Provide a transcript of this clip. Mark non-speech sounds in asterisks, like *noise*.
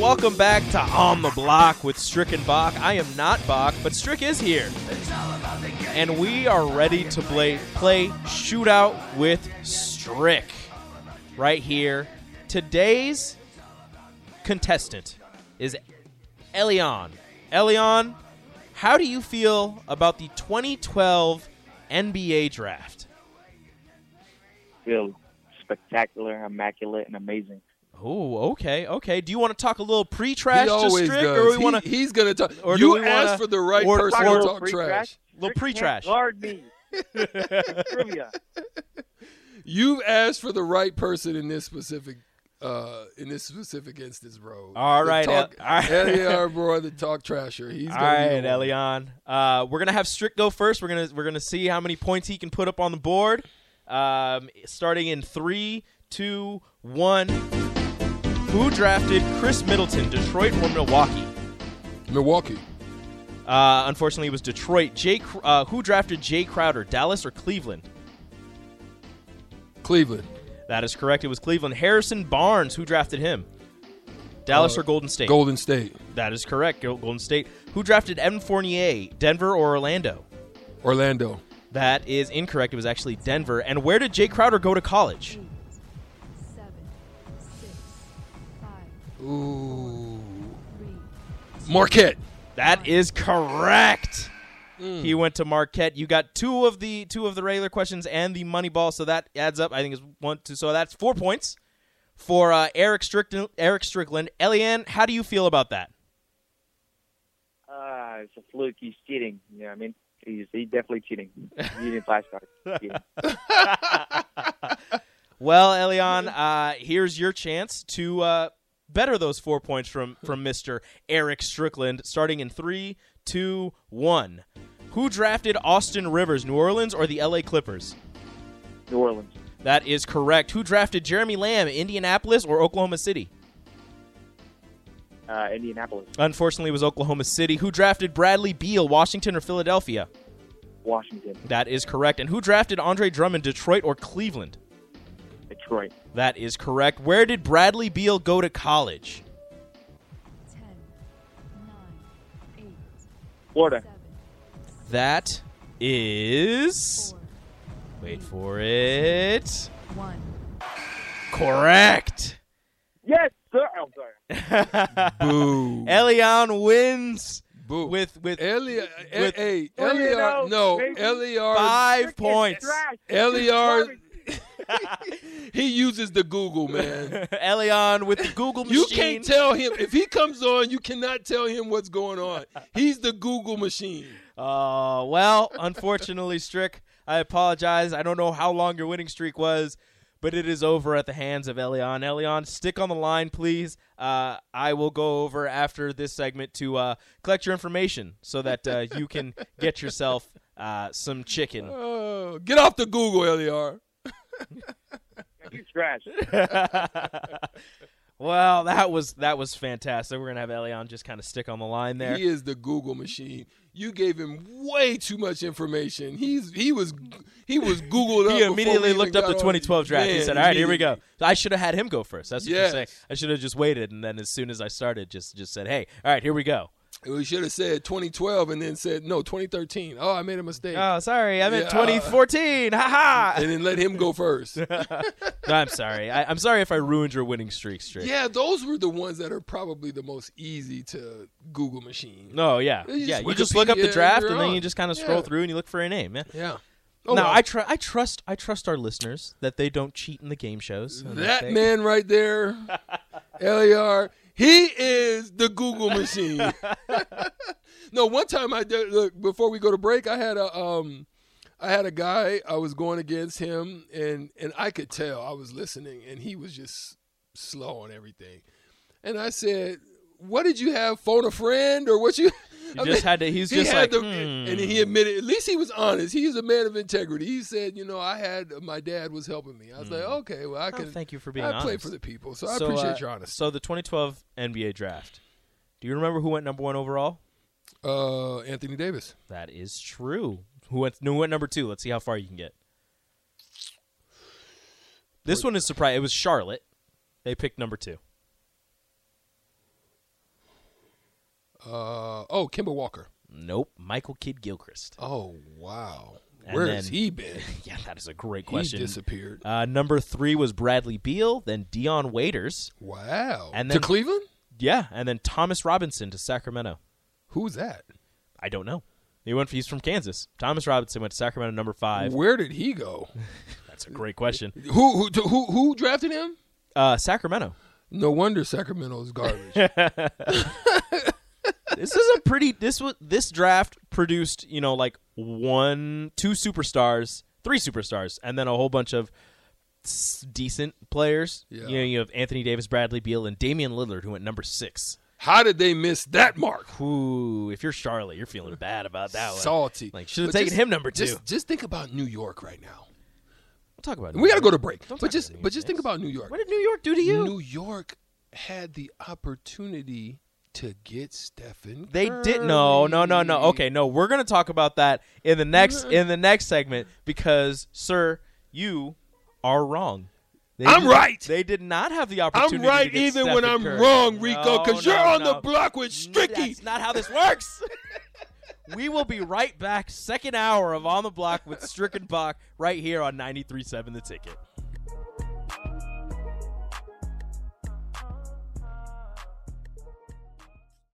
Welcome back to On the Block with Strick and Bach. I am not Bach, but Strick is here. And we are ready to play, play Shootout with Strick right here. Today's contestant is Elion. Elion, how do you feel about the 2012 NBA draft? feel spectacular, immaculate, and amazing. Oh, okay, okay. Do you want to talk a little pre-trash He to always Strick, does. or we He- want to he's gonna talk. or do you we wanna- ask for the right or- person or- to talk trash. little Rick pre-trash? can't Guard me. *laughs* Trivia. You've asked for the right person in this specific, uh, in this specific instance, bro. All The right, talk, El- all right. *laughs* LER, bro, the talk trasher. He's All gonna be right, the one. Elion. Uh, we're gonna have Strick go first. We're gonna we're gonna see how many points he can put up on the board. Um, starting in three, two, one. Who drafted Chris Middleton, Detroit or Milwaukee? Milwaukee, Uh, unfortunately, it was Detroit. Jay, Cr- uh, who drafted Jay Crowder, Dallas or Cleveland? Cleveland, That is correct. It was Cleveland. Harrison Barnes, who drafted him? Dallas Uh, or Golden State? Golden State, That is correct. Go- Golden State. Who drafted Evan Fournier, Denver or Orlando? Orlando, That is incorrect. It was actually Denver. And where did Jay Crowder go to college? seven, six, five, ooh, three, *laughs* Marquette. That is correct. He went to Marquette. You got two of the two of the regular questions and the money ball, so that adds up. I think is one, two. So that's four points for uh, Eric Strickland. Eric Strickland. Eliane, how do you feel about that? Ah, it's a fluke. He's cheating. You know what I mean? He's he definitely cheating. Using flashcards. *laughs* Cheating. Well, Elion, uh, here's your chance to uh, better those four points from from Mister Eric Strickland. Starting in three, two, one. Who drafted Austin Rivers, New Orleans or the L.A. Clippers? New Orleans. That is correct. Who drafted Jeremy Lamb, Indianapolis or Oklahoma City? Uh, Indianapolis. Unfortunately, it was Oklahoma City. Who drafted Bradley Beal, Washington or Philadelphia? Washington. That is correct. And who drafted Andre Drummond, Detroit or Cleveland? Detroit. That is correct. Where did Bradley Beal go to college? ten, nine, eight, Florida. seven, That is. four, Wait for it. one. Correct. Yes, sir. I'm sorry. Boo. Elion wins Boo. with with Eli, with- eh, hey, Well, you LER, know, no, maybe- LER, five Freaking points. trash. LER. *laughs* He uses the *laughs* Google man. *laughs* Elion with the Google machine. You can't tell him if he comes on. You cannot tell him what's going on. He's the Google machine. Oh, well, unfortunately, Strick, I apologize. I don't know how long your winning streak was, but it is over at the hands of Elion. Elion, stick on the line, please. Uh, I will go over after this segment to uh, collect your information so that uh, you can get yourself uh, some chicken. Oh, get off the Google, E LER. You trash. well, that was that was fantastic. We're gonna have Elion just kind of stick on the line there. He is the Google machine. You gave him way too much information. He's he was he was Googled *laughs* up. he before we immediately even looked up got the on. 2012 draft. he Man, said, "All right, here we go." immediately. So I should have had him go first. That's what Yes. you're saying. I should have just waited, and then as soon as I started, just just said, "Hey, all right, here we go." We should have said 2012 and then said no 2013. Oh, I made a mistake. Oh, *laughs* sorry, I'm at Yeah. 2014. Ha ha. and then let him *laughs* go first. No, *laughs* I'm sorry. I, I'm sorry if I ruined your winning streak, Strick. yeah, those were the ones that are probably the most easy to Google machine. No, yeah, You just yeah. You just look up Wikipedia the and draft, you're and then on. you just kind of scroll Yeah. through and you look for a name. Yeah. Yeah. Oh, no, well. I tr- I trust I trust our listeners that they don't cheat in the game shows. and That they- man *laughs* right there, LER, he is the *laughs* Google machine. no, one time I did look before we go to break, I had a um I had a guy, I was going against him and and I could tell I was listening and he was just slow on everything. And I said, "What did you have? Phone a friend or what you He just had to. He's *laughs* he just had like, the, "Hmm." and he admitted. At least he was honest. He's a man of integrity. He said, you know, I had my dad was helping me. I was like, okay, well, I Oh, can. thank you for being I honest. play for the people, so, I So, appreciate uh, your honesty. So the 2012 NBA draft. Do you remember who went number one overall? Uh, Anthony Davis. That is true. Who went? Who went number two? Let's see how far you can get. This one is surprising. It was Charlotte. They picked number two. Uh, oh, Kimber Walker. Nope, Michael Kidd *laughs* Gilchrist. Oh wow, And where then- has *laughs* he been? Yeah, that is a great He question. disappeared. Uh, number three was Bradley Beal, then Dion Waiters, Wow. And to then- Cleveland? yeah, and then Thomas Robinson to Sacramento. Who's that? I don't know. He went. He's from Kansas. Thomas Robinson went to Sacramento, number five. Where did *laughs* he go? That's a great question. Who who to- who who drafted him? Uh, Sacramento. No wonder Sacramento's garbage. *laughs* This is a pretty. This was this draft produced. You know, like one, two superstars, three superstars, and then a whole bunch of s- decent players. Yeah. You know, you have Anthony Davis, Bradley Beal, and Damian Lillard, who went number six. How did they miss that mark? Ooh, if you're Charlotte, you're feeling bad about that one. Salty. Like, should've But taken him number Just, two. just think about New York right now. We'll talk about it. And we got to go to break. Don't but talk just about New but just think York. about New York. What did New York do to you? New York had the opportunity to get Stephen. They did no, no, no, no. Curry. Okay, no, we're gonna talk about that in the next Mm-hmm. in the next segment because, sir, you are wrong. They I'm did- right. They did not have the I'm opportunity. right to get even Stephen when I'm Curry. wrong, Rico, No, because no, you're on no. the block with Stricky. That's not how this works. *laughs* we will be right back. Second hour of on the block with Stricken Bach right here on 93.7 The Ticket.